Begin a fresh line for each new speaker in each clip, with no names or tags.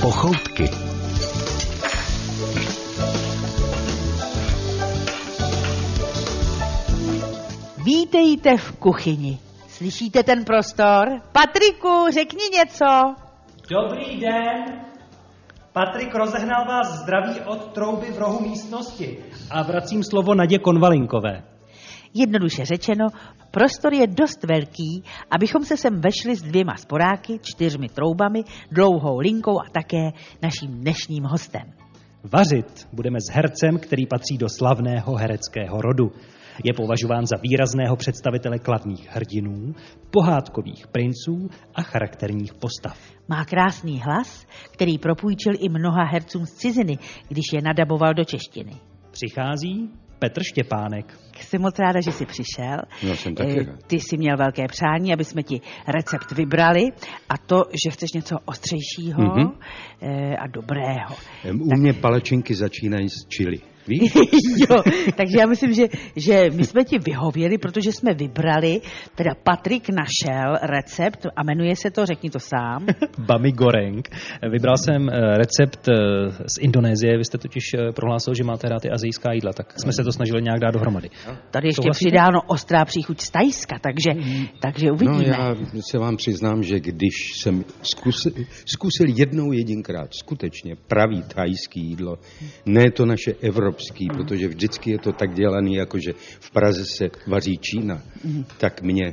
Pochoutky.
Vítejte v kuchyni. Slyšíte ten prostor? Patriku, řekni něco.
Dobrý den! Patrik rozehnal vás zdraví od trouby v rohu místnosti. A vracím slovo Nadě Konvalinkové.
Jednoduše řečeno, prostor je dost velký, abychom se sem vešli s dvěma sporáky, čtyřmi troubami, dlouhou linkou a také naším dnešním hostem.
Vařit budeme s hercem, který patří do slavného hereckého rodu. Je považován za výrazného představitele kladných hrdinů, pohádkových princů a charakterních postav.
Má krásný hlas, který propůjčil i mnoha hercům z ciziny, když je nadaboval do češtiny.
Přichází Petr Štěpánek.
Jsem moc ráda, že jsi přišel.
Já No, jsem taky
Eh,
rád.
Ty jsi měl velké přání, aby jsme ti recept vybrali a to, že chceš něco ostřejšího
Mhm.
eh, a dobrého.
Em, U mě palačinky začínají s čili. Víš?
jo, takže já myslím, že, že my jsme ti vyhověli, protože jsme vybrali, teda Patrik našel recept a jmenuje se to, řekni to sám,
Bami Goreng. Vybral jsem eh, recept eh, z Indonésie. Vy jste totiž eh, prohlásil, že máte rád i azijská jídla, tak jsme se to snažili nějak dát dohromady.
tady ještě
Souhlasíte?
přidáno ostrá příchuť z Tajska, takže, takže
vlastně- No
uvidíme.
já se vám přiznám, že když jsem zkusil, zkusil jednou jedinkrát skutečně pravý thajský jídlo, ne to naše evropský, protože vždycky je to tak dělaný, jako že v Praze se vaří Čína,
Mhm.
tak mě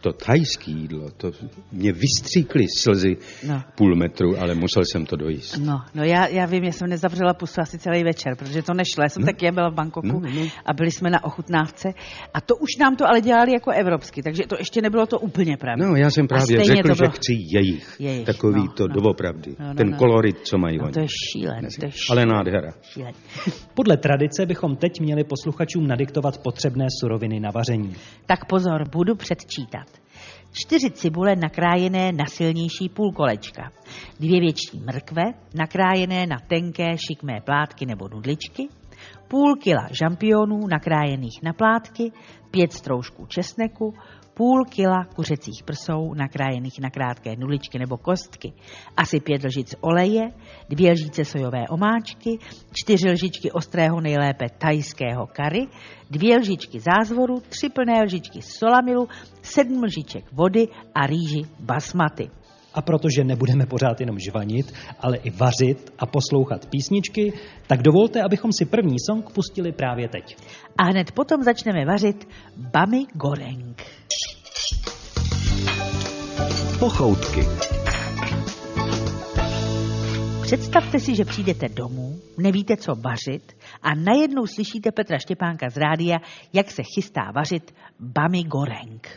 to thajský jídlo, to mě vystříkly slzy
No.
půl metru, ale musel jsem to dojíst.
No, no já, já vím, já jsem nezavřela pusu asi celý večer, protože to nešlo. Já
Hm?
jsem taky byla v Bangkoku a byli jsme na ochutnávce. A to už nám to ale dělali jako evropsky, takže to ještě nebylo to úplně pravda.
No, já jsem právě
stejně to
řekl, že
bylo-
chci jejich,
Jejich,
takový
no,
to
no.
doopravdy,
No, no,
ten
no.
kolorit, co mají
No,
oni.
to je šílen, to je
Ale nádhera.
šílen.
Podle tradice bychom teď měli posluchačům nadiktovat potřebné suroviny na vaření.
Tak pozor, budu předčítat. Čtyři cibule nakrájené na silnější půlkolečka, dvě větší mrkve nakrájené na tenké šikmé plátky nebo nudličky, půl kila žampionů nakrájených na plátky, pět stroužků česneku, půl kila kuřecích prsou nakrájených na krátké nuličky nebo kostky, asi pět lžic oleje, dvě lžíce sojové omáčky, čtyři lžičky ostrého nejlépe tajského kary, dvě lžičky zázvoru, tři plné lžičky solamilu, sedm lžiček vody a rýži basmaty.
A protože nebudeme pořád jenom žvanit, ale i vařit a poslouchat písničky, tak dovolte, abychom si první song pustili právě teď.
A hned potom začneme vařit bami goreng.
Pochoutky.
Představte si, že přijdete domů, nevíte, co vařit a najednou slyšíte Petra Štěpánka z rádia, jak se chystá vařit bami goreng.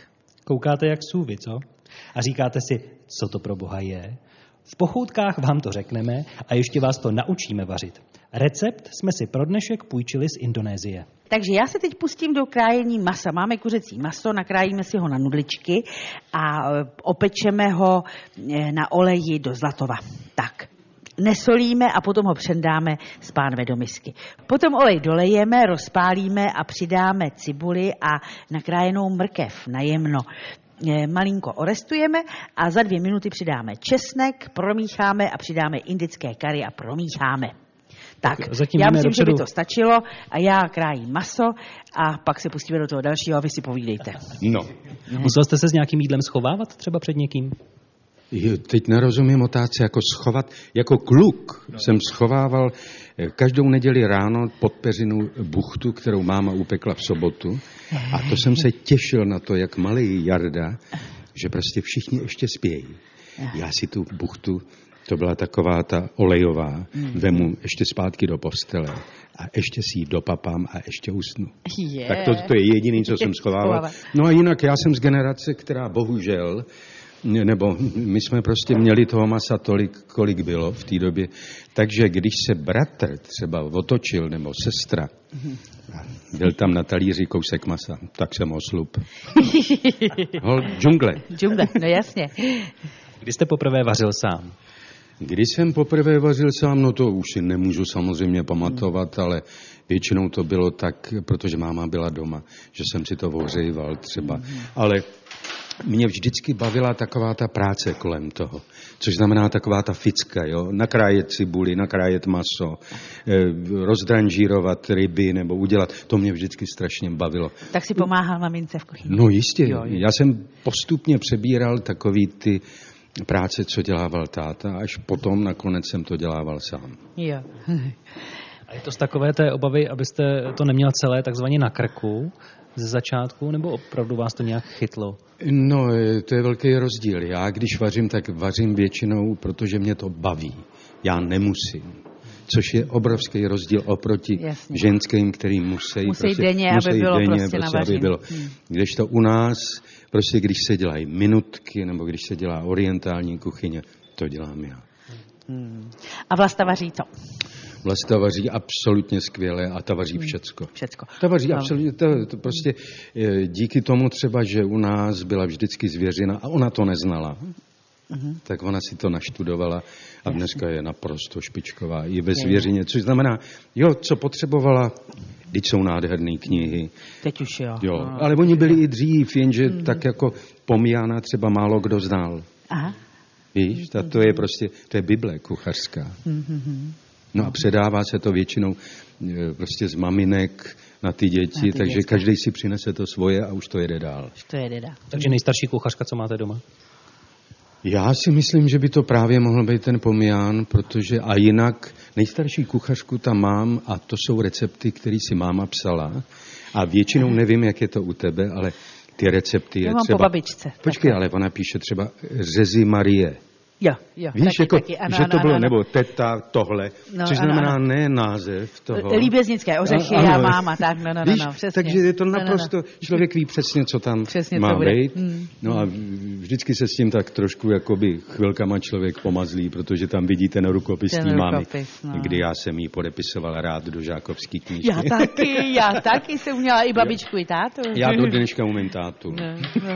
Koukáte jak sůvy, co? A říkáte si, co to pro boha je? V pochoutkách vám to řekneme a ještě vás to naučíme vařit. Recept jsme si pro dnešek půjčili z Indonésie.
Takže já se teď pustím do krájení masa. Máme kuřecí maso, nakrájíme si ho na nudličky a eh, opečeme ho eh, na oleji do zlatova. Tak, nesolíme a potom ho přendáme z pánve do misky. Potom olej dolejeme, rozpálíme a přidáme cibuli a nakrájenou mrkev na jemno. Eh, Malinko orestujeme a za dvě minuty přidáme česnek, promícháme a přidáme indické kary a promícháme. Tak,
Tak zatím
já
jdeme
myslím, že by
dopředu.
to stačilo a já krájím maso a pak se pustíme do toho dalšího a vy si povídejte.
No,
Musel jste se s nějakým jídlem schovávat třeba před někým?
Jo, Teď nerozumím otázce, jako schovat, jako kluk jsem schovával eh, každou neděli ráno pod peřinu buchtu, kterou máma upekla v sobotu a to jsem se těšil na to, jak malý Jarda, že prostě všichni ještě spějí. Já si tu buchtu, to byla taková ta olejová, vemu ještě zpátky do postele a ještě si ji dopapám a ještě usnu.
Je.
Tak to, to je jediný, co jsem schovával. No a jinak já jsem z generace, která bohužel, nebo my jsme prostě měli toho masa tolik, kolik bylo v té době. Takže když se bratr třeba otočil, nebo sestra, a byl tam na talíři kousek masa, tak jsem oslup. Hol, džungle.
Džungle, no jasně.
Kdy jste poprvé vařil sám?
Když jsem poprvé vařil sám, no to už si nemůžu samozřejmě pamatovat, ale většinou to bylo tak, protože máma byla doma, že jsem si to ohříval třeba. Ale mě vždycky bavila taková ta práce kolem toho, což znamená taková ta ficka, jo? nakrájet cibuli, nakrájet maso, eh, rozdranžírovat ryby nebo udělat, to mě vždycky strašně bavilo.
Tak si pomáhal mamince v kuchyni.
No jistě,
Jo, jo.
já jsem postupně přebíral takový ty práce, co dělával táta, až potom nakonec jsem to dělával sám.
Jo.
A je to z takové té obavy, abyste to neměl celé takzvaně na krku ze začátku, nebo opravdu vás to nějak chytlo?
No, eh, to je velký rozdíl. Já když vařím, tak vařím většinou, protože mě to baví. Já nemusím. Což je obrovský rozdíl oproti
Jasně.
ženským, který musí,
Musí denně, aby bylo prostě
aby
navařeno.
bylo.
Hmm.
Když to u nás, prostě když se dělají minutky, nebo když se dělá orientální kuchyně, to dělám já.
A Vlasta vaří co?
Vlasta vaří absolutně skvěle a ta vaří všecko.
Všecko.
To vaří
No.
absolutně, to, to prostě eh, díky tomu třeba, že u nás byla vždycky zvěřina a ona to neznala, tak ona si to naštudovala a dneska je naprosto špičková i ve zvěřině, což znamená, jo, co potřebovala, teď jsou nádherné knihy,
Teď už jo. No.
jo, ale oni byli i dřív, jenže tak jako Pomíjana třeba málo kdo znal.
Aha.
Víš, ta, to je prostě, to je Bible kuchařská. No a předává se to většinou eh, prostě z maminek na ty děti,
Na ty
takže
děcka.
každý si přinese to svoje a už to jede dál.
Už to je deda.
Takže nejstarší kuchařka, co máte doma?
Já si myslím, že by to právě mohl být ten pomiján, protože a jinak nejstarší kuchařku tam mám a to jsou recepty, které si máma psala a většinou nevím, jak je to u tebe, ale ty recepty je
Mhm. Já mám po
třeba...
babičce.
Počkej, ale ona píše třeba Řezi Marie.
Jo, jo.
Víš,
taky,
jako,
taky. Ano,
že to
ano,
bylo,
ano.
nebo teta, tohle,
No,
no, což
ano,
znamená
ano.
ne název toho.
Líbeznické ořechy,
A-
já máma, tak, no, no, no,
Víš,
no, přesně.
takže je to
No, no, no.
naprosto, člověk ví přesně, co tam
Přesně, co
má
bude.
být.
Hmm.
No a v- vždycky se s tím tak trošku jakoby chvilkama člověk pomazlí, protože tam vidí ten rukopis
Ten
té mámy,
rukopis, no.
kdy já jsem jí podepisoval rád do žákovský knížky.
Já taky, já taky jsem měla i babičku, i tátu.
Já do dneška umím tátu.
No, no.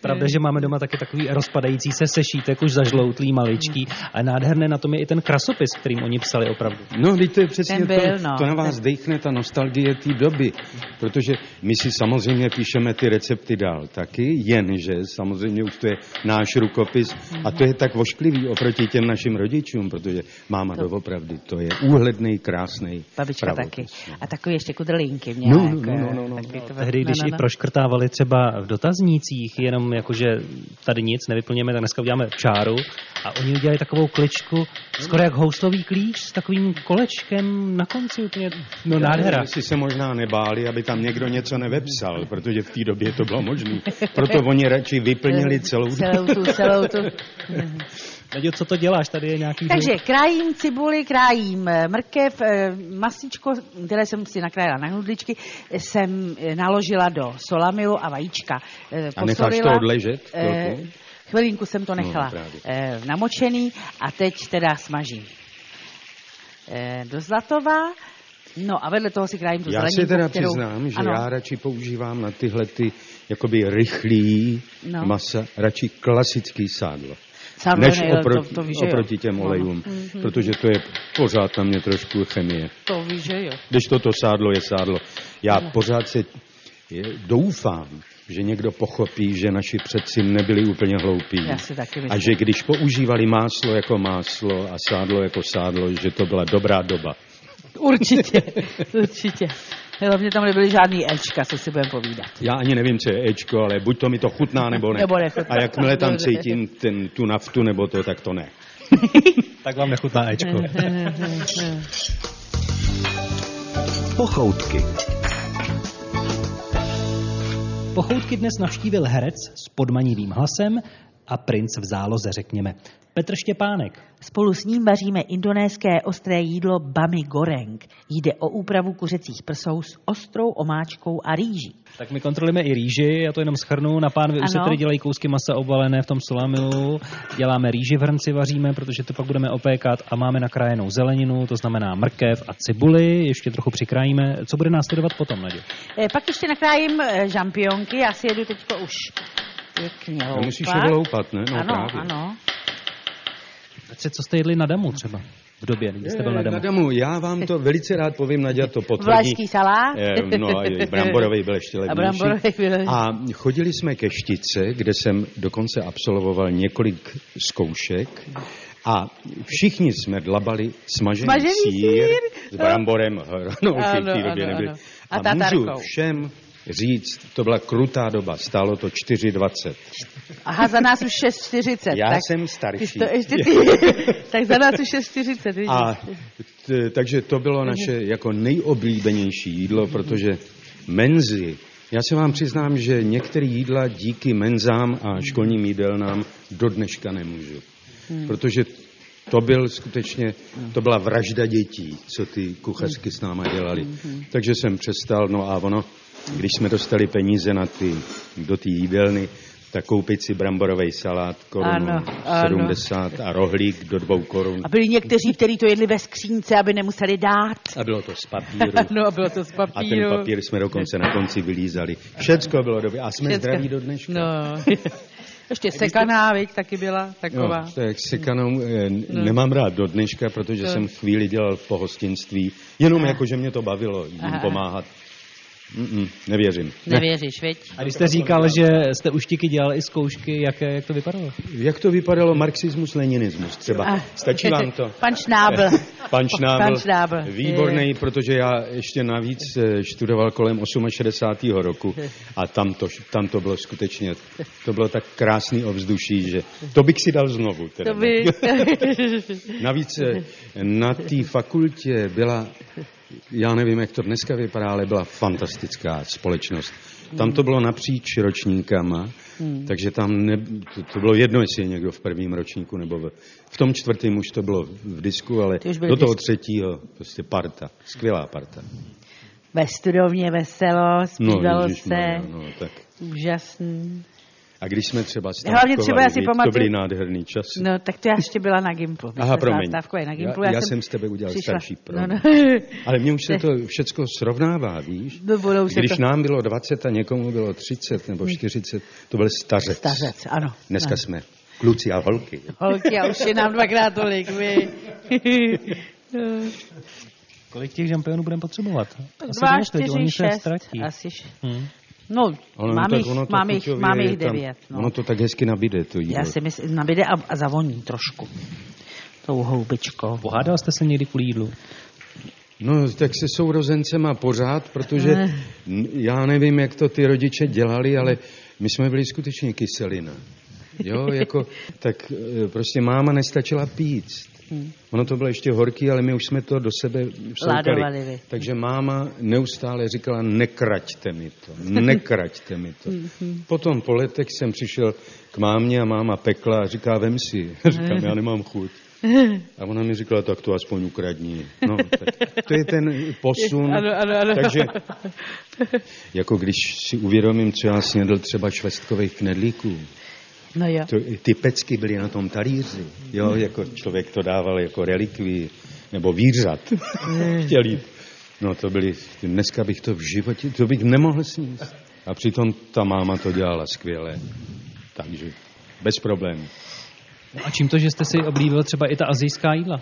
Pravda, že máme doma taky takový rozpadající se sešítek, už zažloutlý, maličký. A nádherné na tom je i ten krasopis, kterým oni psali opravdu.
No, teď to je přesně
Ten byl,
to,
no.
to na vás dechne ta nostalgie té doby, protože my si samozřejmě píšeme ty recepty dál taky, jenže samozřejmě už to je náš rukopis a to je tak vošklivý oproti těm našim rodičům, protože máma to... doopravdy, to je úhledný, krásný no.
Babička
pravopis.
taky. A takový ještě kudrlinky měla.
No, no,
jako,
no, no, no,
takový to-
Tehdy, když
no, no,
i
no.
proškrtávali třeba v dotaznících, jenom jakože tady nic nevyplněme, tak dneska uděláme čáru. A oni udělali takovou kličku, skoro jak houslový klíč s takovým kolečkem na konci úplně. No nádhera.
Si se možná nebáli, aby tam někdo něco nevepsal, protože v té době to bylo možné. Proto oni radši vyplnili celou
celou tu, celou tu.
Nadějo, co to děláš? Tady je nějaký...
Takže krájím cibuli, krájím eh, mrkev, eh, masíčko, které jsem si nakrájela na nudličky, eh, jsem eh, naložila do solamiu a vajíčka. eh,
A necháš
posolila.
to odležet
Eh,
chvilku? No,
Chvilinku jsem to nechala
právě.
eh, namočený a teď teda smažím. Eh, Do zlatova, no a vedle toho si krájím tu
Já
zeleninku,
se teda
kterou...
přiznám, že
ano,
já radši používám na tyhle ty jakoby rychlý
No.
no. masa, radši klasický sádlo.
sám
než
nejel,
oproti,
to, to víš, že jo.
oproti těm
No, no.
olejům, protože to je pořád na mě trošku chemie.
To víš, že jo.
Když toto sádlo je sádlo. Já
No.
pořád se je- doufám, že někdo pochopí, že naši předci nebyli úplně hloupí.
Já si taky
a
myslím.
že když používali máslo jako máslo a sádlo jako sádlo, že to byla dobrá doba.
Určitě, určitě. Hlavně tam nebyly žádný Ečka, co si budeme povídat.
Já ani nevím, co je Ečko, ale buď to mi to chutná, nebo ne.
Nebo nechutná.
A jakmile tam
Dobře.
cítím ten, tu naftu, nebo to, tak to ne.
Tak vám nechutná Ečko.
Pochoutky.
Pochoutky dnes navštívil herec s podmanivým hlasem a princ v záloze, řekněme. Petr Štěpánek.
Spolu s ním vaříme indonéské ostré jídlo Bami Goreng. Jde o úpravu kuřecích prsou s ostrou omáčkou a rýží.
Tak my kontrolujeme i rýži, já to jenom schrnu. Na pánvi už se
Ano.
tady dělají kousky masa obalené v tom solamiu. Děláme rýži v hrnci, vaříme, protože to pak budeme opékat a máme nakrájenou zeleninu, to znamená mrkev a cibuli, ještě trochu přikrájíme. Co bude následovat potom, Nadě?
Eh, pak ještě nakrájím eh, žampionky, já si jedu teď už pěkně
No, musíš
houpat.
No, je vyloupat, ne? No,
ano,
právě.
ano.
Herce, co jste jedli na damu třeba v době, kdy jste byl na damu?
Nadamu, já vám to velice rád povím, Nadia to potvrdí.
Vlašský salát.
Eh, No, a i bramborový byl ještě
A
levnější.
bramborový byl levnější.
A chodili jsme ke Štice, kde jsem dokonce absolvoval několik zkoušek. A všichni jsme dlabali smažený,
Smažený
sír,
sýr.
s bramborem, hranou, ano,
Ano,
v té době
ano,
nebyly.
ano. A
A, můžu
tatarkou.
všem říct, to byla krutá doba, stálo to 4,20.
Aha, za nás už 6,40.
Já
tak
jsem
Ty
starší.
jsi to ještě ty, tak za nás už 6,40, vidíš.
A t, takže to bylo naše jako nejoblíbenější jídlo, protože menzy, já se vám přiznám, že některé jídla díky menzám a školním jídelnám do dneška nemůžu.
Hmm.
Protože to byl skutečně, to byla vražda dětí, co ty kuchařky s náma dělali.
Hmm.
Takže jsem přestal, no a ono, když jsme dostali peníze na ty, do té jídelny, tak koupit si bramborový salát korunu
Ano, ano.
70 a rohlík do dvou korun.
A byli někteří, kteří to jedli ve skřínce, aby nemuseli dát.
A bylo to z papíru.
No, bylo to z
A ten
papíru.
papír jsme dokonce na konci vylízali. Všecko bylo dobré. A jsme
Všecko.
zdraví do dneška.
No. Ještě sekaná, viď, taky byla taková.
No, tak sekanou eh, n- nemám rád do dneška, protože
To-
jsem chvíli dělal v pohostinství. Jenom jako, že mě to bavilo jim
Aha.
pomáhat. Mm-mm, nevěřím.
Nevěříš, viď?
A když jste říkal, že jste už tiky dělal i zkoušky, jak, jak to vypadalo?
Jak to vypadalo marxismus, leninismus třeba?
A-
Stačí vám to?
Pan Šnábl.
Pan Šnábl,
Pan Šnábl.
výborný, protože já ještě navíc eh, študoval kolem 68. roku a tam to, tam to bylo skutečně, to bylo tak krásný ovzduší, že to bych si dal znovu. Teda.
To by...
Navíc eh, na té fakultě byla, já nevím, jak to dneska vypadá, ale byla fantastická společnost. Tam to bylo napříč ročníkama,
Hmm.
takže tam ne, to, to bylo jedno, jestli je někdo v prvním ročníku nebo v, v tom čtvrtém už to bylo v disku, ale
Ty už byly
do toho
disky.
třetího prostě parta, skvělá parta.
Ve studovně veselo, zpívalo
ježišmarja,
se.
no, tak.
Úžasný.
A když jsme třeba stavkovali,
Hlavně třeba já si
viď, to
pamatuju-
byly nádherný časy.
No, tak to já ještě byla na Gimplu. My
Aha,
jsme
promiň.
Stávkově na Gimplu.
Já- já jsem z tebe udělal starší,
No,
promiň.
no.
Ale mně už se to všecko srovnává, víš?
No, budou se
Když
to... Hmm.
nám bylo 20 a někomu bylo 30 nebo 40, to byl stařec.
Stařec, ano.
Dneska
ano.
jsme kluci a holky.
Holky, a už je nám dvakrát tolik, vy. No.
Kolik těch šampionů budeme potřebovat? Asi
Dva,
deset,
čtyři,
oni se
šest.
ztratí.
Asi š...
Hm.
No,
Ono
mám
tak
jich,
ono to
mám jich,
chuťově
mám
je
jich
tam-
devět. No.
Ono to tak hezky nabíde, to jídlo.
Já si myslím, nabíde a, a zavoní trošku. Tou houbičkou.
Pohádal jste se někdy kvůli jídlu?
No, tak se sourozencema pořád, protože
Eh.
n- já nevím, jak to ty rodiče dělali, ale my jsme byli skutečně kyselina. Jo, jako, tak eh, prostě máma nestačila pít.
Hmm.
Ono to bylo ještě horký, ale my už jsme to do sebe
Ládovali
soukali.
vy.
Takže máma neustále říkala, nekraťte mi to, nekraťte mi to.
Mhm.
Potom po letech jsem přišel k mámě a máma pekla a říká, vem si. Říkám, já nemám chuť. A ona mi říkala, tak to aspoň ukradni. No, tak to je ten posun.
Ano, ano, ano.
Takže jako když si uvědomím, co já snědl třeba švestkových knedlíků,
No jo.
to, ty pecky byly na tom talíři, jo, jako člověk to dával jako relikvii, nebo výřad,
Hmm.
chtěl jít. No to byly, dneska bych to v životě, to bych nemohl sníst. A přitom ta máma to dělala skvěle, takže bez problémů.
No a čím to, že jste si oblíbil třeba i ta azijská jídla?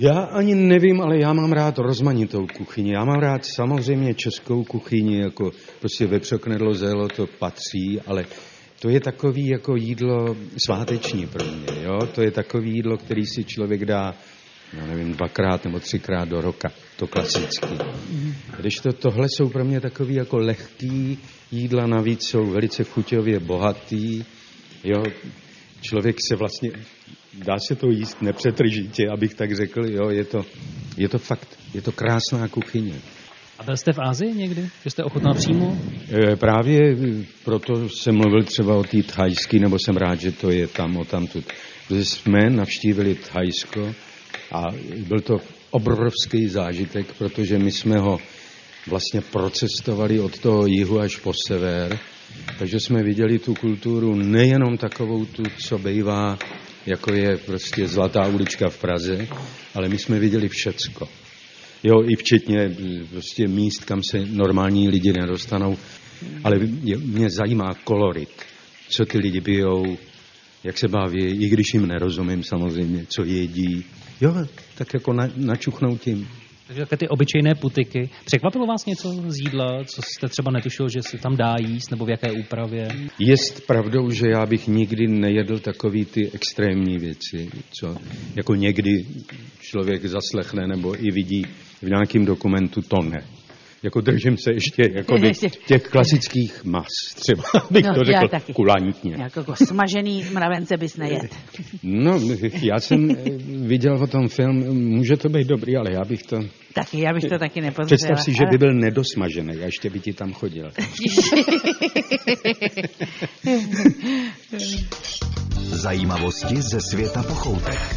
Já ani nevím, ale já mám rád rozmanitou kuchyni. Já mám rád samozřejmě českou kuchyni, jako prostě vepřoknedlo zelo to patří, ale to je takový jako jídlo sváteční pro mě, jo? To je takový jídlo, který si člověk dá, já nevím, dvakrát nebo třikrát do roka, to klasický. Když to, tohle jsou pro mě takový jako lehký jídla, navíc jsou velice chuťově bohatý, jo? Člověk se vlastně, dá se to jíst nepřetržitě, abych tak řekl, jo, je to, je to fakt, je to krásná kuchyně.
A byl jste v Ázii někdy? Že jste ochotná přímo?
E, Právě e, proto jsem mluvil třeba o té Thajsky, nebo jsem rád, že to je tam, o tamtud. Protože jsme navštívili Thajsko a byl to obrovský zážitek, protože my jsme ho vlastně procestovali od toho jihu až po sever. Takže jsme viděli tu kulturu nejenom takovou tu, co bývá, jako je prostě Zlatá ulička v Praze, ale my jsme viděli všecko. Jo, i včetně eh, prostě míst, kam se normální lidi nedostanou. Ale je- mě zajímá kolorit. Co ty lidi pijou, jak se baví, i když jim nerozumím samozřejmě, co jedí. Jo, tak jako na, načuchnout jim.
Takže takové ty obyčejné putiky. Překvapilo vás něco z jídla, co jste třeba netušil, že se tam dá jíst, nebo v jaké úpravě?
Jest pravdou, že já bych nikdy nejedl takový ty extrémní věci, co jako někdy člověk zaslechne nebo i vidí v nějakém dokumentu, to ne. Jako držím se ještě jako by, těch klasických mas, třeba bych
No,
to
já
řekl
taky.
kulantně.
Jako, jako smažený mravence bys nejet.
No, já jsem eh, viděl o tom film, může to být dobrý, ale já bych to...
Taky, já bych to taky nepozřela.
Představ si, že
ale-
by byl nedosmažený a ještě by ti tam chodil.
Zajímavosti ze světa pochoutek.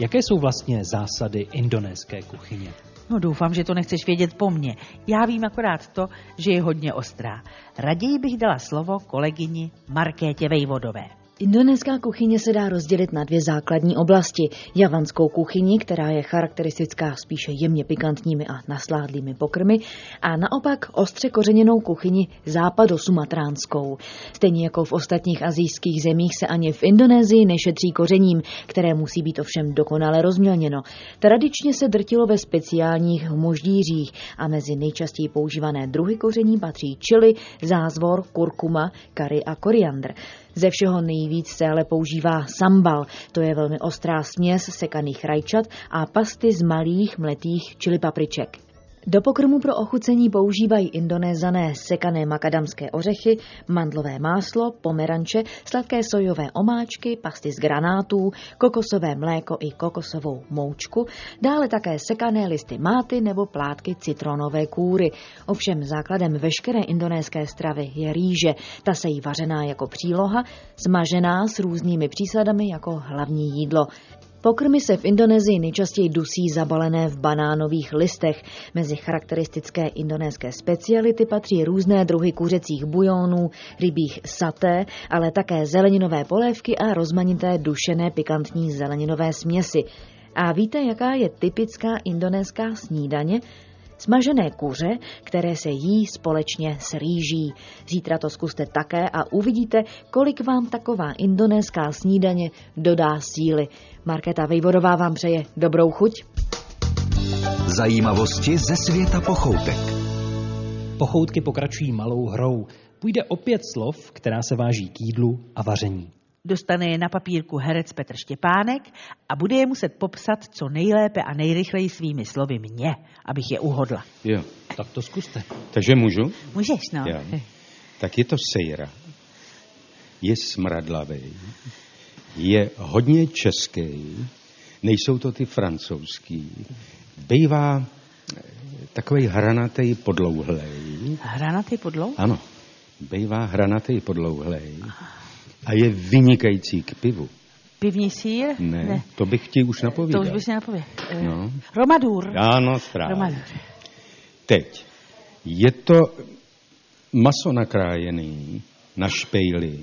Jaké jsou vlastně zásady indonéské kuchyně?
No doufám, že to nechceš vědět po mně. Já vím akorát to, že je hodně ostrá. Raději bych dala slovo kolegyni Markétě Vejvodové.
Indonéská kuchyně se dá rozdělit na dvě základní oblasti. Javanskou kuchyni, která je charakteristická spíše jemně pikantními a nasládlými pokrmy, a naopak ostře kořeněnou kuchyni západosumatránskou. Stejně jako v ostatních azijských zemích se ani v Indonésii nešetří kořením, které musí být ovšem dokonale rozmělněno. Tradičně se drtilo ve speciálních moždířích a mezi nejčastěji používané druhy koření patří čili, zázvor, kurkuma, kary a koriandr. Ze všeho nejvíc se ale používá sambal, to je velmi ostrá směs sekaných rajčat a pasty z malých mletých čili papriček. Do pokrmu pro ochucení používají indonézané sekané makadamské ořechy, mandlové máslo, pomeranče, sladké sojové omáčky, pasty z granátů, kokosové mléko i kokosovou moučku, dále také sekané listy máty nebo plátky citronové kůry. Ovšem základem veškeré indonéské stravy je rýže. Ta se jí vařená jako příloha, smažená s různými přísadami jako hlavní jídlo. Pokrmy se v Indonésii nejčastěji dusí zabalené v banánových listech. Mezi charakteristické indonéské speciality patří různé druhy kuřecích bujonů, rybích saté, ale také zeleninové polévky a rozmanité dušené pikantní zeleninové směsi. A víte, jaká je typická indonéská snídaně? Smažené kuře, které se jí společně s rýží. Zítra to zkuste také a uvidíte, kolik vám taková indonéská snídaně dodá síly. Markéta Vejvodová vám přeje dobrou chuť.
Zajímavosti ze světa pochoutek.
Pochoutky pokračují malou hrou. Půjde o pět slov, která se váží k jídlu a vaření.
Dostane je na papírku herec Petr Štěpánek a bude je muset popsat co nejlépe a nejrychleji svými slovy mě, abych je uhodla.
Jo.
Tak to zkuste.
Takže můžu?
Můžeš, no.
Já. Tak je to sejra. Je smradlavý. Je hodně český. Nejsou to ty francouzský. Bývá eh, takový hranatý podlouhlej.
Hranatý podlou?
Ano, bývá hranatý podlouhlej. A je vynikající k pivu.
Pivní sír?
Ne, to bych ti už
To
napovídal.
už bys nenapověděl. Eh,
No.
Romadur.
Ano, správně.
Romadur.
Teď. Je to maso nakrájený na špejli.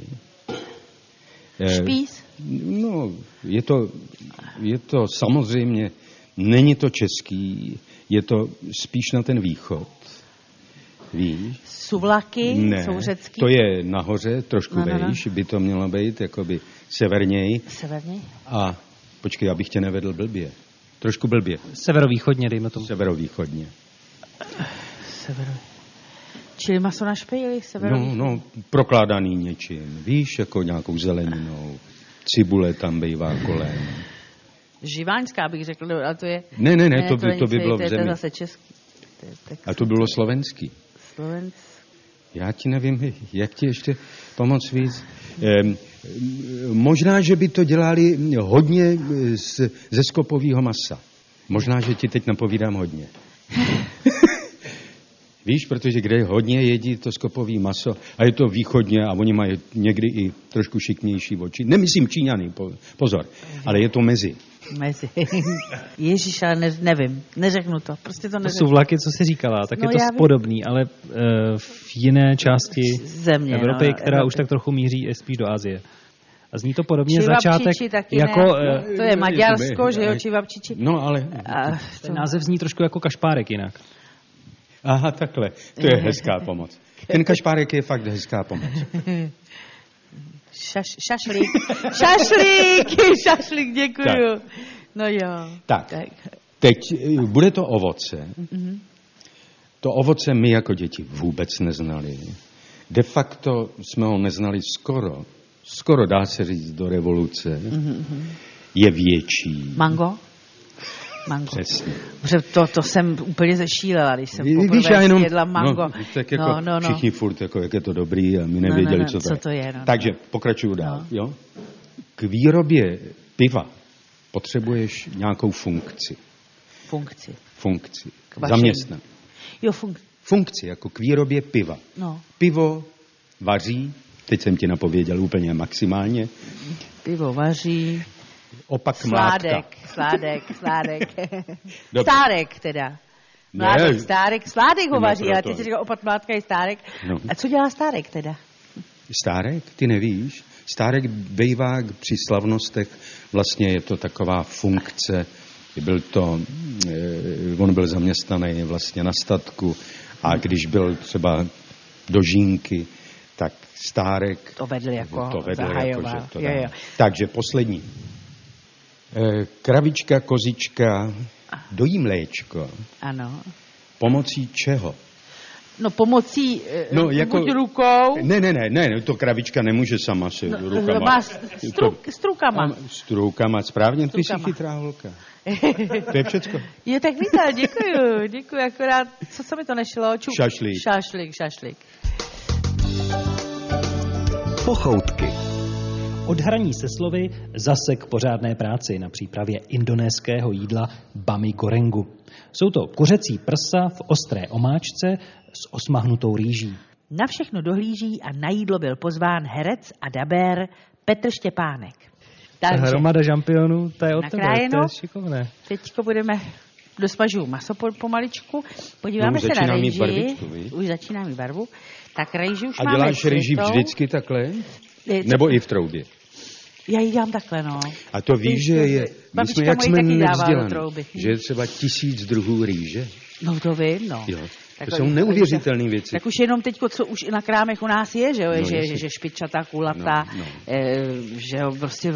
Eh,
Špís?
No, je to, je to samozřejmě, není to český, je to spíš na ten východ. Víš?
Suvlaky? Jsou řecký?
to je nahoře, trošku
No,
no,
no, no.
vejš, by to mělo být, jakoby severněji.
Severní?
A počkej, abych tě nevedl blbě. Trošku blbě,
Severovýchodně, dejme tomu.
severovýchodně.
Severový. Čili maso na špejli? Severový?
No, no, prokládaný něčím, víš, jako nějakou zeleninou. Cibule tam bývá kolem.
Živáňská bych řekl, no, ale to je...
Ne, ne, ne, to by,
není
to by
celý, to
bylo v
je, to je
zemi.
zase český. To je tak
A to bylo slovenský.
slovenský.
Já ti nevím, jak ti ještě pomoct víc. Ehm, m- možná, že by to dělali hodně eh, z, ze skopového masa. Možná, že ti teď napovídám hodně. Víš, protože kde hodně jedí to skopový maso a je to východně a oni mají někdy i trošku šiknější oči. Nemyslím Číňany, po- pozor, ale je to mezi.
Mezi. Ježíš, ale ne, nevím, neřeknu to, prostě to
To
neřeknu.
jsou vlaky, co jsi říkala, tak
No,
je to
já vím.
podobný, ale eh, v jiné části
Země,
Evropy,
no,
která
Evropy.
už tak trochu míří eh, spíš do Asie. A zní to podobně začátek
Čivapčiči taky
jako
ne. No,
eh,
To je Maďarsko, že jo, čivapčiči.
No ale
A to, no,
ten název zní trošku jako kašpárek jinak.
Aha, takhle. To je hezká pomoc. Ten kašpárek je fakt hezká pomoc.
Šaš, šašlík. šašlík, šašlík, děkuju. Tak. No jo.
Tak. Teď eh, bude to ovoce.
Mhm.
To ovoce my jako děti vůbec neznali. De facto jsme ho neznali skoro. Skoro dá se říct do revoluce.
Mhm.
Je větší.
Mango? Mango.
Přesně.
Protože to, to jsem úplně zešílela, když jsem
Ví-
poprvé
víš, já jenom-
jedla mango.
No, tak jako no, no, no. všichni furt, jako, jak je to dobrý a my nevěděli,
no, no,
co, to
co
je.
to je, no.
Takže pokračuju dál. Jo? K výrobě piva potřebuješ nějakou funkci.
Funkci.
Funkci.
K vašemu.
Zaměstnan.
Jo, funkci.
Funkci, jako k výrobě piva.
No,
Pivo vaří, teď jsem ti napověděl úplně maximálně,
pivo vaří.
opak mládka.
Sládek, sládek, sládek.
Dobře.
stárek teda.
Ne.
Mládek, stárek, sládek ho
No,
vaří, ale
proto.
ty si říkal opat mládka i stárek.
No.
A co dělá stárek teda?
Stárek, ty nevíš? Stárek bývá k- při slavnostech, vlastně je to taková funkce, byl to, eh, on byl zaměstnaný vlastně na statku a když byl třeba do Žínky, tak Stárek
To vedl jako
No, to vedl
zahajoval.
Jako, že to
Jo,
dá.
jo.
Takže poslední. Eh, Kravička, kozička, dojí mléčko.
Ano.
Pomocí čeho?
No pomocí no, jako, buď rukou,
Ne, ne, ne, ne, to kravička nemůže sama si
no,
rukama.
má s, struk,
To-
strukama.
Tam S trůkama, správně, ty jsi
Trůkama.
chytrá holka. To je všecko.
Je tak víte, děkuju, děkuju, akorát, co se mi to nešlo? Čup.
Šašlík.
Šašlík, šašlík.
Pochoutky.
Od hraní se slovy zase k pořádné práci na přípravě indonéského jídla bami gorengu. Jsou to kuřecí prsa v ostré omáčce s osmahnutou rýží.
Na všechno dohlíží a na jídlo byl pozván herec a dabér Petr Štěpánek. Takže
žampionů, to je
od tebe, Nakrájeno. to je
šikovné.
teďko budeme dosmažuju maso po- pomaličku, podíváme
No, už
se na
začíná mít
rejži.
barvičku, viď?
už začíná mít barvu. Tak rejži už
A
máme
děláš ryži
světlou.
vždycky takhle?
Je-
Nebo i v troubě?
Já ji dělám takhle, no.
A to víš, že je, my
Babička
jsme, jak
moje
jsme
taky dává do
nevzdělaní,
trouby.
že je třeba tisíc druhů rýže.
No to vím, no.
Jo. To
Takhle-
jsou neuvěřitelné věci.
Tak už jenom teď, co už i na krámech u nás je, že jo,
No,
no, že,
jasně.
že, že špičata, kulata,
No, no.
eh, že jo, prostě
A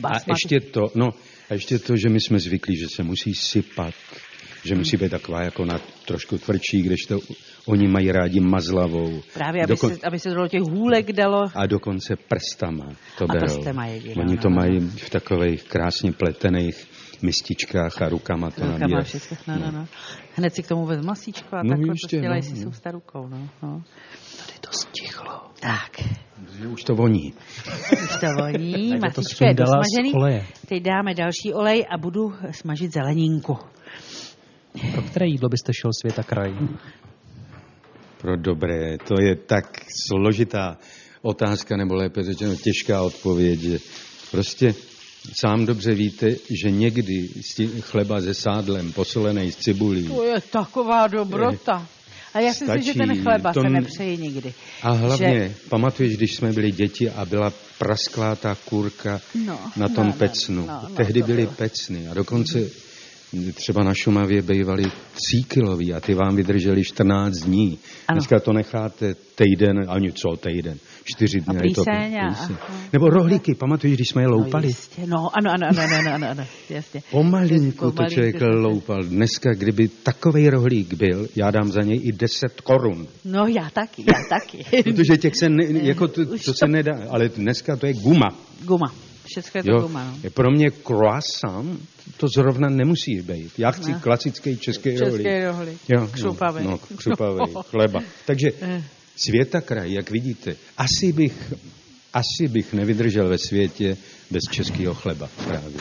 basmati.
ještě to, no, a ještě to, že my jsme zvyklí, že se musí sypat,
Hmm.
že musí být taková jako na trošku tvrdší, kdežto oni mají rádi mazlavou.
Právě, aby,
Dokon-
se, aby se to do těch hůlek dalo.
a dokonce prstama to
A
berou.
prstama je dělá,
Oni to
no, no.
mají v takových krásně pletených mističkách a rukama to
Ruka má
nabírají.
všechno, no, no, no. Hned si k tomu vezmu masíčko a
No,
takhle
jistě,
to dělají
no,
si
no.
svou starukou, no, no. Tady to stichlo. Tak,
Že Už to voní.
už to voní,
Takže to
masíčko je
sundala z
dosmažený.
oleje.
Teď dáme další olej a budu smažit zeleninku.
Pro které jídlo byste šel světa kraj?
Pro dobré, to je tak složitá otázka, nebo lépe řečeno těžká odpověď. že Prostě sám dobře víte, že někdy z ti- chleba se sádlem, posolený s cibulí,
To je taková dobrota. A já si myslím, že ten
Stačí,
chleba
to
se
n-
nepřeji nikdy.
A hlavně,
Že,
že... pamatuješ, když jsme byli děti a byla prasklá ta kurka
No,
na tom
no, no,
pecnu.
no, no,
Tehdy
to
byly
bylo.
pecny a dokonce třeba na Šumavě bývaly tříkilový a ty vám vydrželi 14 dní.
Ano.
Dneska to necháte týden, ani co týden, čtyři dny.
A
je to
plíseň a-
plíseň.
a-
Nebo rohlíky, pamatuješ, když jsme je
no,
loupali?
jistě, no, ano, ano, ano, ano, ano, ano, jasně.
Pomalinku to
Pomalinku.
člověk loupal. Dneska, kdyby takovej rohlík byl, já dám za něj i 10 korun.
No, já taky, já taky.
Protože těch se, ne, jako to,
Eh, Už
to
to-
se nedá, ale dneska to je guma.
Guma. Všechno je to
Jo.
guma, no.
Pro mě croissant to zrovna nemusí být. Já chci
Ne.
klasický český rohlík.
No. Český rohlík.
Jo,
Křupavej.
No, no, křupavej, chleba. Takže světa kraj, jak vidíte, asi bych, asi bych nevydržel ve světě bez českého chleba právě.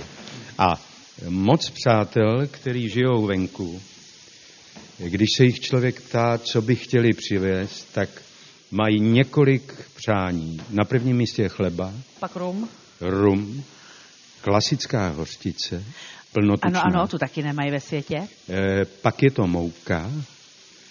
A moc přátel, který žijou venku, když se jich člověk ptá, co by chtěli přivést, tak mají několik přání. Na prvním místě je chleba,
Pak rum.
rum, klasická hořčice, plnotučná. Eh,
Ano, ano, tu taky nemají ve světě.
E, pak je to mouka,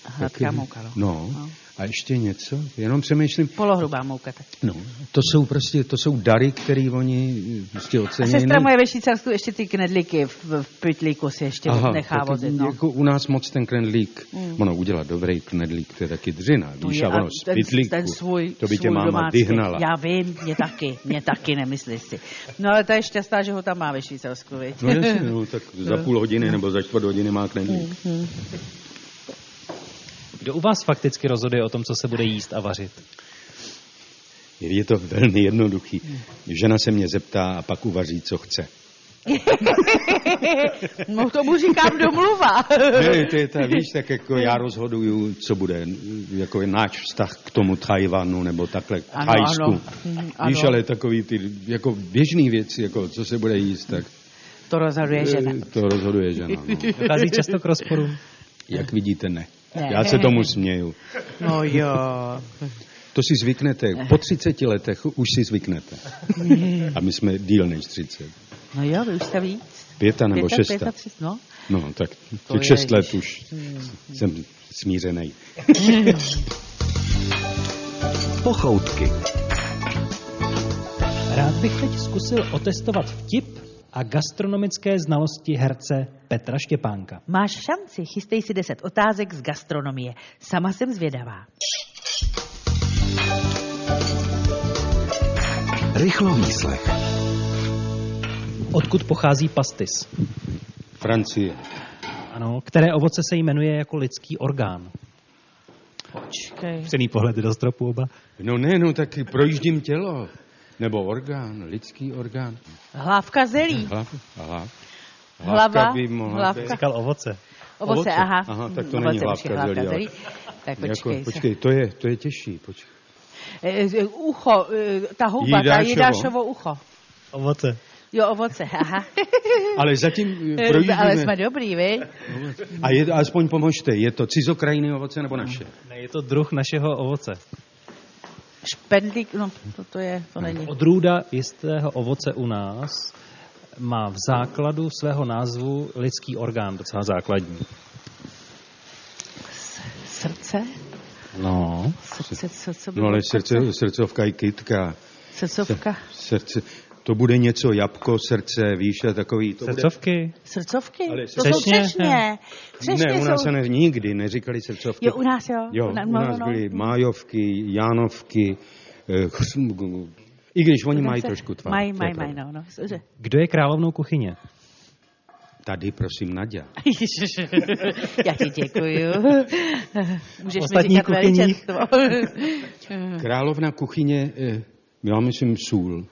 Hladká mouka, no.
No, a ještě něco, jenom přemýšlím,
Polohrubá mouka. Tak.
no, to jsou prostě, to jsou dary, které oni eh, prostě
A
ocení.
sestra moje ve Švýcarsku ještě ty knedlíky v, v pytlíku si ještě nechá
tak
vozit, no.
jako u nás moc ten knedlík, mm. ono udělá dobrý knedlík, to je taky dřina,
To
víš,
je-
a ono no, z
ten,
pytlíku,
ten svůj,
to by
svůj
tě máma
domácí.
vyhnala.
Já vím, mě taky, mě taky, nemyslí si. No ale ta je šťastná, že ho tam má ve Švýcarsku, viď?
No jasně, no, tak za půl hodiny nebo za čtvrt hodiny má knedlík.
Mm.
Kdo u vás fakticky rozhoduje o tom, co se bude jíst a vařit?
Je to velmi jednoduchý.
Mm.
Žena se mě zeptá a pak uvaří, co chce.
No tomu říkám domluva.
Ne, to je ta, víš, tak jako já rozhoduju, co bude, jako je náš vztah k tomu Tajvanu nebo takhle k
Ano,
Thajsku.
ano. Mm,
Víš,
ano.
ale takový ty, jako běžný věci, jako co se bude jíst, tak
To rozhoduje žena.
eh, to rozhoduje žena. No.
Dochází často k rozporu.
Jak vidíte, ne.
Ne.
Já se tomu směju.
No jo.
To si zvyknete. Po 30 letech už si zvyknete. A my jsme díl než 30.
No jo, vy už jste víc.
Pěta nebo
Pěta-
šesta.
pěta, tři- No,
No, tak
To
těch
je,
šest let
ježiš.
už jsem smířený.
pochoutky,
Rád bych teď zkusil otestovat vtip a gastronomické znalosti herce Petra Štěpánka.
Máš šanci, chystej si deset otázek z gastronomie. Sama jsem zvědavá.
rychlovýslech,
Odkud pochází pastis?
Francie.
Ano, které ovoce se jmenuje jako lidský orgán?
Počkej.
Přený pohled do stropu oba.
No ne, no tak projíždím tělo. Nebo orgán, lidský orgán.
Hlávka zelí.
Hlava. Hlava.
Hlava,
by mohla
hlavka.
být.
Říkal ovoce.
Ovoce,
Ovoce.
aha.
Aha, tak to
Ovoce,
není
počkej,
hlávka zelí, ale-
Tak
Jako,
počkej. se.
počkej, to je, to je těžší. Počkej.
Eh, eh, Ucho, eh, ta houba, ta
Jídášovo.
jídášovo ucho.
Ovoce.
Jo, ovoce, aha.
Ale zatím eh, projíždíme.
Ale jsme dobrý, vy?
A je, aspoň pomožte, je to cizokrajiny ovoce nebo naše?
Ne, je to druh našeho ovoce.
Špendlík, no to, to je, to není.
Hm.
Odrůda jistého ovoce u nás má v základu svého názvu lidský orgán, docela základní.
Srdce?
No.
Srdce, co, co
No ale
bylo?
srdce, srdcovka i kytka.
Srdcovka.
Srdce, to bude něco, jabko, srdce, víš, a takový. To bude...
Srdcovky?
Srdcovky?
Ale
To jsou
třešně?
třešně. Třešně
Ne, u nás
jsou...
se ne, nikdy neříkali srdcovky.
Jo, u nás jo.
Jo,
Na-
u
no,
nás
no, no.
byly májovky, jánovky, eh, chřm- gu- i když oni
Tam
mají
se-
trošku tvar.
Mají,
to je
mají,
pravda.
mají, no. no. Že-
Kdo je královnou kuchyně?
Tady, prosím, Nadia.
Ježiš, Já ti děkuju. Můžeš mi
Ostatní
říkat
kuchyní.
veličenstvo. Hmm.
Královna kuchyně, eh, já myslím sůl.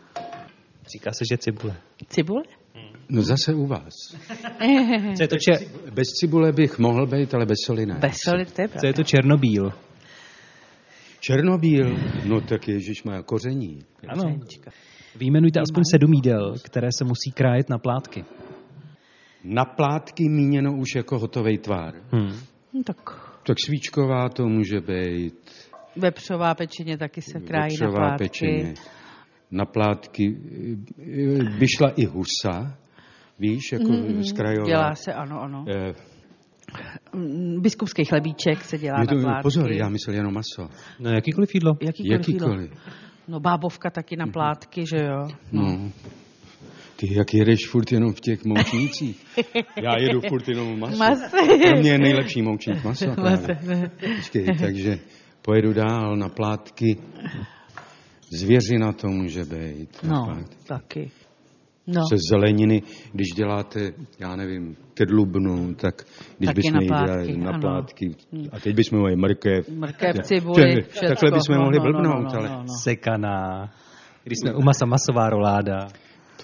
Říká se, že cibule.
Cibule?
No zase u vás.
Co je to, če-
Bez cibule bych mohl být, ale bez soli ne.
Bez soli, to je
co
pravda.
je to černobíl?
Černobíl, no tak Ježíš má koření.
Ano. Výjmenujte aspoň sedm jídel, které se musí krájet na plátky.
Na plátky míněno už jako hotový tvar.
Hmm.
No, tak
Tak svíčková to může být,
vepřová pečeně taky se krájí na
vepřová
plátky.
pečeně. Na plátky eh, by šla i husa, víš, jako mm, zkrajová.
Mhm, Dělá se, ano, ano.
Eh,
Mm, Biskupský chlebíček se dělá
je
na
to,
plátky.
pozor, já myslel jenom maso.
No jakýkoliv jídlo.
Jakýkoliv,
Jakýkoliv. Mhm.
jídlo. No bábovka taky na plátky, že jo.
No. Ty, jak jedeš furt jenom v těch moučnících. Já jedu furt jenom maso.
Maso.
Pro mě je nejlepší moučník maso. právě. Počkej, takže pojedu dál na plátky. Zvěřina to může být. na
No,
plátky.
taky. No,
Se zeleniny, když děláte, já nevím, kedlubnu, tak když
Taky
bychom
na
ji dělali
plátky,
na
ano. Hmm.
plátky, a teď bychom mohli mrkev.
Mrkev,
tak-
cibuli,
tak-
všecko.
Takhle bychom
No,
mohli
no, no, no,
blbnout,
no,
ale
no.
Sekaná. Když jsme u masa masová roláda.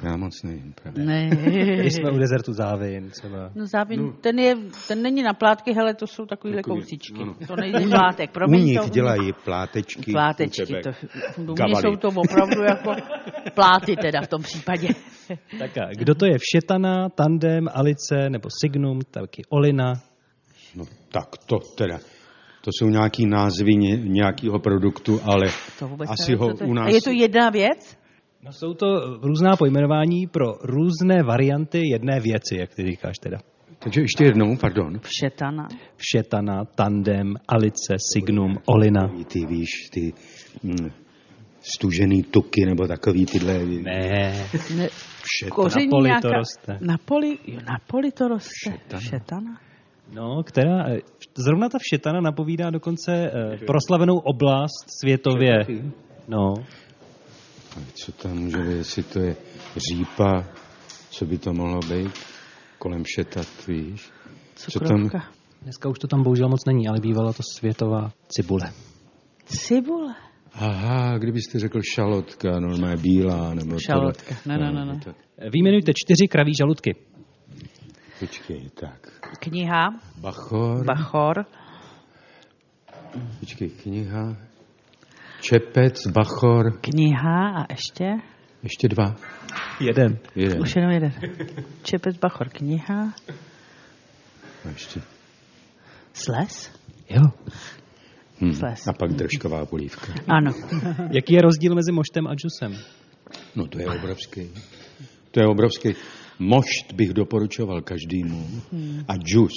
to já moc nevím. Právě.
ne.
Když jsme u dezertu závin třeba.
No závin, ten, je, ten není na plátky, hele, to jsou takovýhle kousíčky.
no.
ano.
To není plátek,
U
promiň to.
nich dělají plátečky. u
Plátečky,
tebe
to, u mě
gabaly.
jsou to opravdu jako pláty teda v tom případě.
Tak a kdo to je? Všetana, Tandem, Alice nebo Signum, taky Olina.
No tak to teda, to jsou nějaký názvy ně, nějakého produktu, ale
To vůbec
asi
nevím,
ho
co to je.
u nás...
A je to jedna věc?
No jsou to různá pojmenování pro různé varianty jedné věci, jak ty říkáš teda.
Takže ještě jednou, pardon.
Všetana.
Všetana, Tandem, Alice, Signum, Olina.
Ty víš, ty mm, stužený tuky nebo takový tyhle...
Ne,
Ne,
Všetana.
Na poli to roste.
Na poli, jo, na poli to roste. Šetana.
no, která, eh, zrovna ta Všetana napovídá dokonce eh, proslavenou oblast světově. No,
Co tam může být, jestli to je řípa, co by to mohlo být? Kolem šetat, víš?
Cukrovka.
dneska už to tam bohužel moc není, ale bývala to světová cibule.
Cibule.
Aha, kdybyste řekl šalotka, normálně bílá, nebo
Šalotka. No, Ne, ne, ne, ne.
Tak,
Eh, Vyjmenujte čtyři kraví žaludky.
počkej, tak.
Kniha.
Bachor,
Bachor.
počkej, kniha, čepec, bachor,
Kniha a ještě.
ještě dva.
Jeden.
Jeden.
Už jenom jeden. Čepec Bachor. Kniha.
A ještě.
Sles. Hmm. No.
Jo.
Hm.
Sles.
A pak držková polívka.
Ano.
Jaký je rozdíl mezi moštem a džusem?
No to je obrovský. To je obrovský. Mošt bych doporučoval každému. A džus,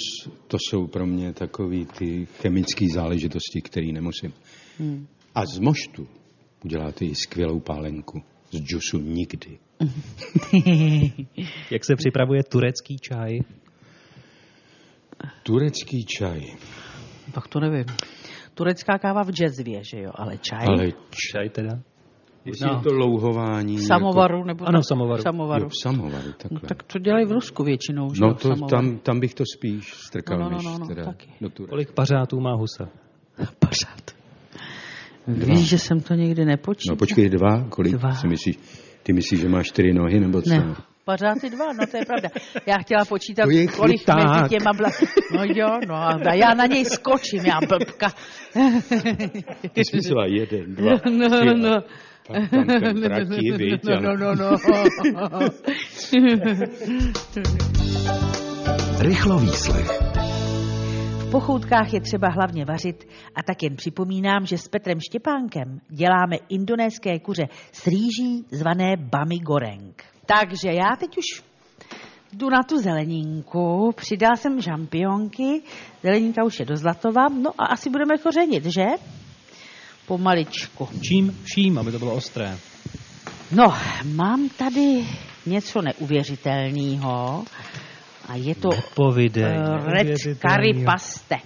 to jsou pro mě takové ty chemické záležitosti, které nemusím. A z moštu uděláte i skvělou pálenku. Z džusu nikdy.
Jak se připravuje turecký čaj?
Turecký čaj.
tak to nevím. Turecká káva v jazzvě, že jo, ale čaj.
Ale
Čaj teda?
jestli je to louhování...
v samovaru nebo
Ano, v samovaru.
V samovaru.
Jako, jo, v samovaru,
No,
takhle.
tak to dělají v Rusku většinou, že
No
jo,
to,
samovar.
tam, tam bych to spíš strkal,
No, no, no,
než
no, no,
teda
taky.
do Turecka.
Kolik pařátů má husa?
Pořád. Víš, že jsem to někdy nepočítal.
No počkej, dva? Kolik
Dva.
si myslíš? Ty myslíš, že má čtyři nohy nebo co?
Ne, pořád si dva, no to je pravda. Já chtěla počítat,
To je
kolik
chyták.
mezi těma byla. No jo, no a já na něj skočím, já blbka.
Ty jsi myslela jeden, dva,
No, no.
tři, a Tam, tam, tam tratí, viď,
no,
ano.
no, no, no.
Rychlovýslech.
V pochoutkách je třeba hlavně vařit a tak jen připomínám, že s Petrem Štěpánkem děláme indonéské kuře s rýží zvané bami goreng. Takže já teď už jdu na tu zeleninku, přidal jsem žampionky, zeleninka už je do zlatova, no a asi budeme kořenit, že? Pomaličku.
Čím? Vším, aby to bylo ostré.
No, mám tady něco neuvěřitelného a je to
Nepovidej,
eh, red
neuvěřitelnýho.
curry paste.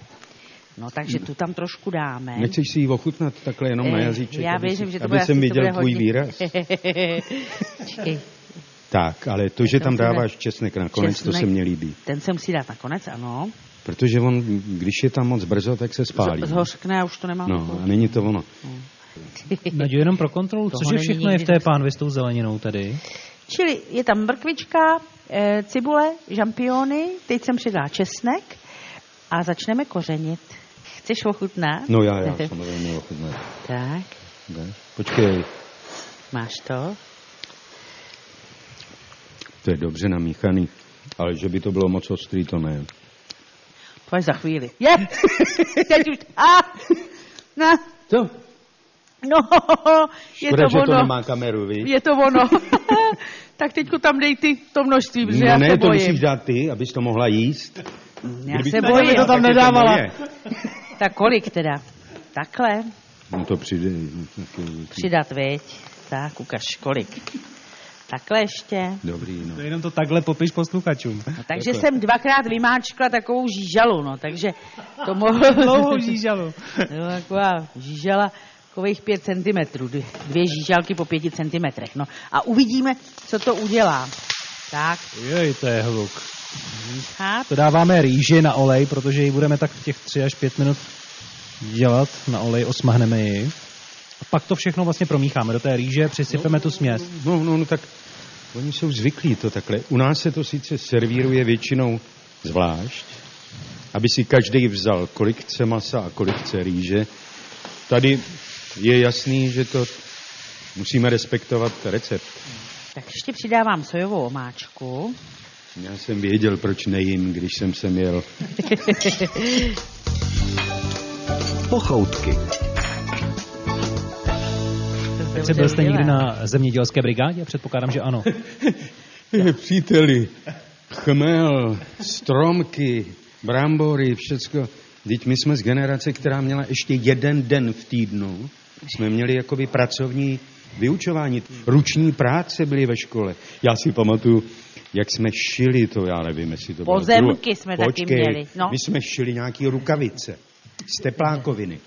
No, takže tu tam trošku dáme.
Nechceš si ji ochutnat takhle jenom na
Eh,
jazyček?
Já
aby
věřím,
si-
že to
aby
bude
jsem
asi- to
viděl
bude
tvůj
hodně. Eh.
výraz.
Počkej,
Tak, ale to, že tam
musíme-
dáváš česnek nakonec, to se
česnek.
mně líbí.
Ten se musí dát nakonec, ano.
Protože on, když je tam moc brzo, tak se spálí.
Zhořkne a už to nemám.
No, a není to ono.
Naději jenom pro kontrolu,
Toho
cože
není
všechno je v
nikdy
té pánvi s tou zeleninou tady.
Čili je tam mrkvička, eh, cibule, žampiony, teď jsem přidala česnek a začneme kořenit. Chceš ochutnat?
No já,
Eh.
já samozřejmě ochutnat.
Tak,
Ne? Počkej,
máš to.
to je dobře namíchaný, ale že by to bylo moc ostrý, to ne.
To je za chvíli. Je! Teď už. A! Na.
To,
No, je
škoda,
to
že to
ono.
nemá kameru, víš?
je to ono. tak teďko tam dej ty to množství, protože já
No
se
ne, to
bojím.
musíš dát ty, abys to mohla jíst.
Já
Kdyby-
se
Tak, aby
bojím.
to tam
Takže
nedávala.
moje. Tak kolik teda? Takhle
No to přijde.
přidat, viď? Tak, ukaž, kolik. Takhle ještě.
Dobrý, no.
To jenom to takhle popiš posluchačům.
No, takže jsem dvakrát vymáčkla takovou žížalu, no, takže to mohlo...
Dlouhou žížalu.
No, taková žížala takových pět centimetrů, dvě, dvě žížalky po pěti centimetrech, no. A uvidíme, co to udělá. Tak,
Jej, to je hluk.
míchat.
To dáváme rýži na olej, protože ji budeme tak těch 3 až 5 minut dělat na olej, osmahneme ji. A pak to všechno vlastně promícháme do té rýže, přisypeme tu směs.
No, no, no, tak oni jsou zvyklí to takhle. U nás se to sice servíruje většinou zvlášť, aby si každý vzal, kolik chce masa a kolik chce rýže. Tady je jasný, že to musíme respektovat recept.
Tak ještě přidávám sojovou omáčku.
Já jsem věděl, proč nejím, když jsem sem jel.
Pochoutky.
Jsi byl jste někdy na zemědělské brigádě? Předpokládám, že ano.
Příteli, chmel, stromky, brambory, všecko. Teď my jsme z generace, která měla ještě jeden den v týdnu, jsme měli jakoby pracovní vyučování, ruční práce byly ve škole. Já si pamatuju, jak jsme šili to, já nevím, jestli to bylo...
Pozemky
druhé-
jsme taky
Počkej,
měli, no.
My jsme šili nějaký rukavice z teplákoviny.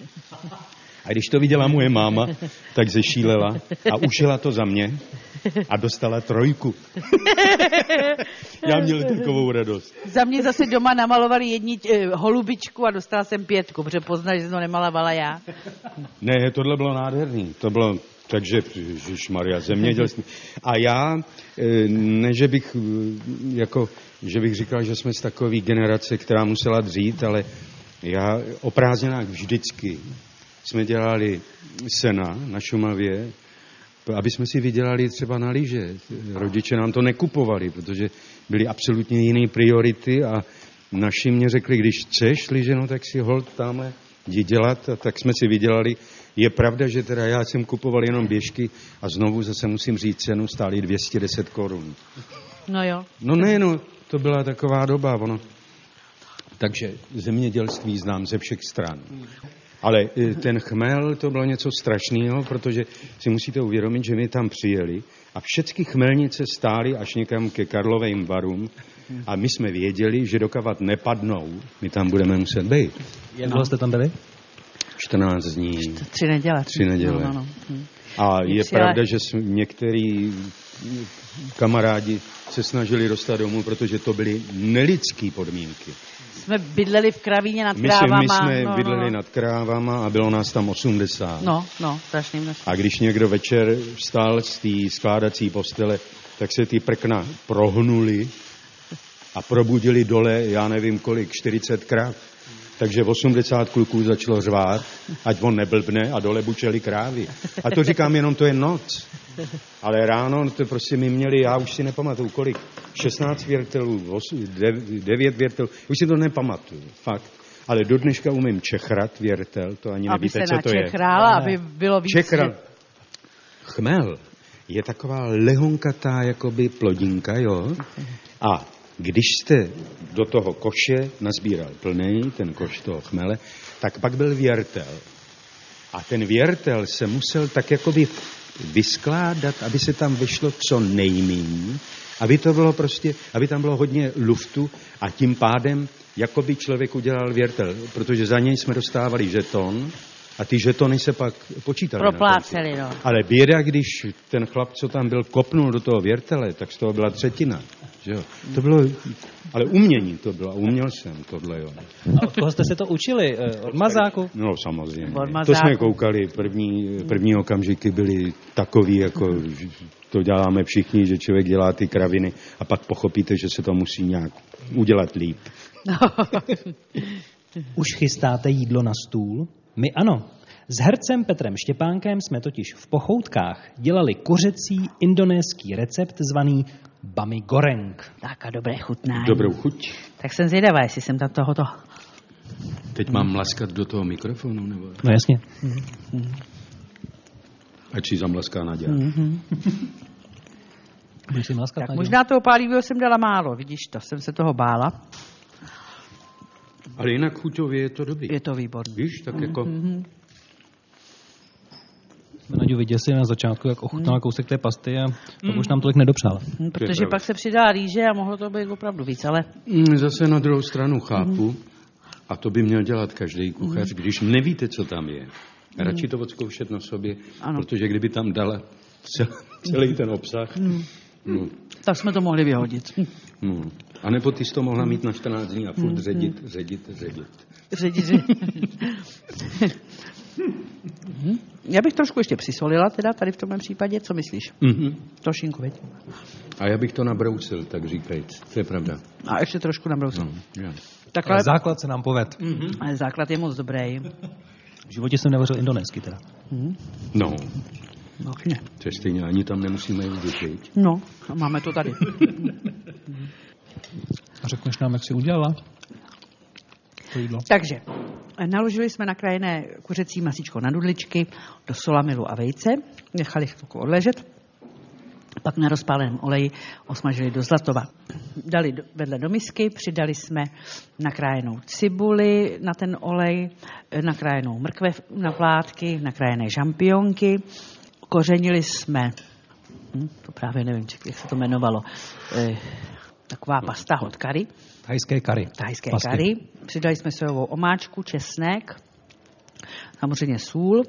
A když to viděla moje máma, tak zešílela a ušila to za mě a dostala trojku. Já měl takovou radost.
Za mě zase doma namalovali jedni, eh, holubičku a dostala jsem pětku, protože poznali, že jsem to nemalovala já.
Ne, tohle bylo nádherný. To bylo, takže, Maria, zemědělství. A já, eh, ne, že bych, eh, jako, že bych říkal, že jsme z takové generace, která musela dřít, ale já o prázdninách vždycky jsme dělali sena na Šumavě, aby jsme si vydělali třeba na lyže. Rodiče nám to nekupovali, protože byly absolutně jiné priority a naši mě řekli, když chceš lyže, no tak si hold tamhle jdi dělat a tak jsme si vydělali. Je pravda, že teda já jsem kupoval jenom běžky a znovu zase musím říct cenu, stály 210 korun.
No jo.
No ne, no, to byla taková doba, ono. Takže zemědělství znám ze všech stran. Ale eh, ten chmel, to bylo něco strašného, protože si musíte uvědomit, že my tam přijeli a všechny chmelnice stály až někam ke Karlovým varům a my jsme věděli, že dokavat nepadnou, my tam budeme muset být.
Jak dlouho jste tam byli?
14 dní.
Tři neděle.
Tři neděle.
No, no, no. Hm.
A je
Přijela-
pravda, že jsme některý kamarádi se snažili dostat domů, protože to byly nelidské podmínky.
Jsme bydleli v kravíně nad
My, se,
krávama.
my jsme
no,
bydleli
no, no.
nad krávama a bylo nás tam 80.
No, no, strašný množství.
A když někdo večer vstal z té skládací postele, tak se ty prkna prohnuli a probudili dole, já nevím kolik, 40 krav. Takže 80 kluků začalo řvát, ať on neblbne a dole bučeli krávy. A to říkám jenom, to je noc. Ale ráno no to prostě my měli, já už si nepamatuju kolik, 16 věrtelů, 9 věrtelů, už si to nepamatuju, fakt. Ale do dneška umím čechrat věrtel, to ani
Aby se
nevíte, co to je.
načechrála, aby bylo víc.
Čekra. Chmel je taková lehonkatá jakoby plodinka, jo. A když jste do toho koše nazbíral plný ten koš toho chmele, tak pak byl věrtel. A ten věrtel se musel tak jakoby vyskládat, aby se tam vyšlo co nejméně, aby to bylo prostě, aby tam bylo hodně luftu a tím pádem jakoby člověk udělal věrtel, protože za něj jsme dostávali žeton a ty žetony se pak počítaly. na konci.
Propláceli, no.
Ale běda, když ten chlap, co tam byl, kopnul do toho věrtele, tak z toho byla třetina. Že jo? To bylo, ale umění to bylo, a uměl jsem tohle, jo.
A od koho jste se to učili? Eh, Od mazáku?
No samozřejmě.
Od
To
mazáku.
jsme koukali, první, první okamžiky byly takový, jako že to děláme všichni, že člověk dělá ty kraviny a pak pochopíte, že se to musí nějak udělat líp.
Už chystáte jídlo na stůl? My ano. S hercem Petrem Štěpánkem jsme totiž v pochoutkách dělali kuřecí indonéský recept zvaný Bami Goreng.
Tak a dobré chutnání.
Dobrou chuť.
Tak jsem zvědavá, jestli jsem tam tohoto...
Teď mám mlaskat do toho mikrofonu, nebo
No jasně.
ať si zamlaská Naděja.
Musím láskat,
Tak
Nadějo.
možná toho pálivého jsem dala málo, vidíš to, jsem se toho bála.
Ale jinak chuťově je to dobrý.
Je to výborný.
Víš, tak jako...
Naďu viděl si na začátku, jak
Hmm.
ochutnala kousek té pasty a pak už nám tolik nedopřál.
Hm, Protože
pravda.
pak se přidala rýže a mohlo to být opravdu víc, ale
Mm, Zase na druhou stranu chápu, a to by měl dělat každý kuchař, když nevíte, co tam je. Radši to odzkoušet na sobě,
Ano.
protože kdyby tam dala cel, celý ten obsah, no,
tak jsme to mohli vyhodit.
no. a nebo ty jsi to mohla mít na 14 dní a furt ředit, ředit, ředit.
Řidiči. Mhm. Já bych trošku ještě přisolila teda tady v tomhle případě, co myslíš?
Hmm. Mhm.
Trošinku, viď?
A já bych to nabrousil, tak říkajíc. To je pravda.
A ještě trošku nabrousím.
No, jo.
Tak ale, Mhm.
Základ se nám poved.
ale základ je moc dobrý.
V životě jsem nevařil indonésky teda.
no.
No,
to je stejně, ani tam nemusíme jít, viď?
no a máme to tady.
A řekneš nám, jak jsi udělala? To jídlo.
Takže naložili jsme nakrájené kuřecí masičko na nudličky do solamilu a vejce, nechali chvilku odležet. pak na rozpáleném oleji osmažili do zlatova. Dali do- vedle do misky, přidali jsme nakrájenou cibuli na ten olej, eh, nakrájenou mrkve na plátky, nakrájené žampionky, kořenili jsme, hm, to právě nevím, či- jak se to jmenovalo, eh, taková pasta hot curry,
Thajské kary.
thajské
Vlastně.
curry, přidali jsme sojovou omáčku, česnek, samozřejmě sůl.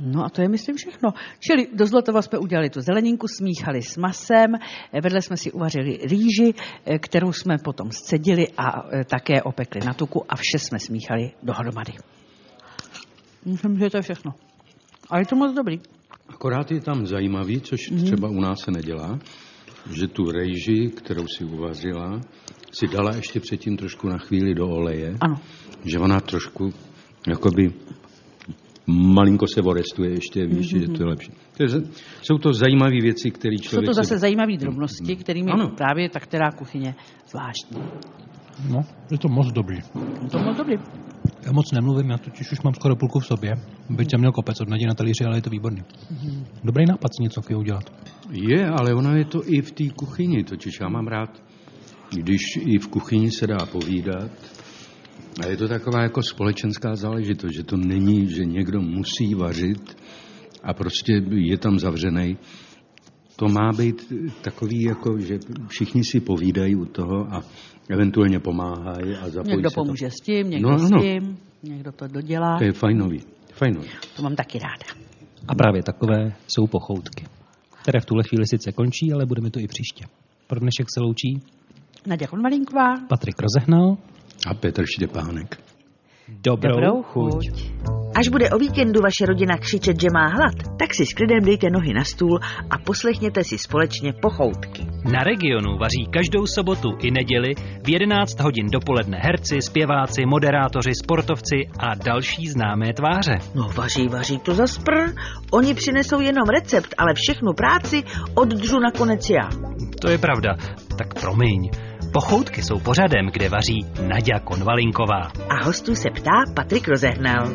No a to je, myslím, všechno. Čili do zlatova jsme udělali tu zeleninku, smíchali s masem, eh, vedle jsme si uvařili rýži, eh, kterou jsme potom scedili a eh, také opekli na tuku a vše jsme smíchali dohromady. Myslím, že to je všechno. A je to moc dobrý.
Akorát je tam zajímavý, což
Mhm.
třeba u nás se nedělá, že tu rejži, kterou si uvařila, si dala ještě předtím trošku na chvíli do oleje.
Ano.
Že ona trošku, jakoby, malinko se orestuje ještě, víš, že to je lepší. To je, jsou to zajímavé věci, které
Mhm, Jsou
člověk...
to
se-
zase zajímavé drobnosti, kterými
Ano.
právě ta která kuchyně zvláštní.
No, je to moc dobrý.
To bylo dobrý.
Já moc nemluvím, já totiž už mám skoro půlku v sobě. Byť jsem měl kopec od Nadí na talíři, ale je to výborný.
Mhm.
Dobrý nápad si něco takového udělat.
Je, ale ono je to i v té kuchyni, totiž já mám rád, když i v kuchyni se dá povídat. A je to taková jako společenská záležitost, že to není, že někdo musí vařit a prostě je tam zavřený. To má být takový, jako, že všichni si povídají u toho a eventuelně pomáhají a zapojí
Někdo
se to.
pomůže s tím, někdo
No,
s
ano.
tím, někdo to dodělá.
To je fajnový, fajnový.
To mám taky ráda.
A právě takové jsou pochoutky, které v tuhle chvíli sice končí, ale budeme to i příště. Pro dnešek se loučí
Naděja Konvalinková.
Patrik Rozehnal.
A Petr Štěpánek.
Dobrou,
Dobrou chuť.
Až bude o víkendu vaše rodina křičet, že má hlad, tak si s klidem dejte nohy na stůl a poslechněte si společně pochoutky.
Na regionu vaří každou sobotu i neděli v 11 hodin dopoledne herci, zpěváci, moderátoři, sportovci a další známé tváře.
No vaří, vaří, to za spr. Oni přinesou jenom recept, ale všechnu práci oddřu nakonec já.
To je pravda, tak promiň. Pochoutky jsou pořadem, kde vaří Nadia Konvalinková.
A hostů se ptá Patrik Rozehnal.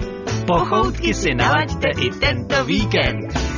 Pochoutky si nalaďte i tento víkend.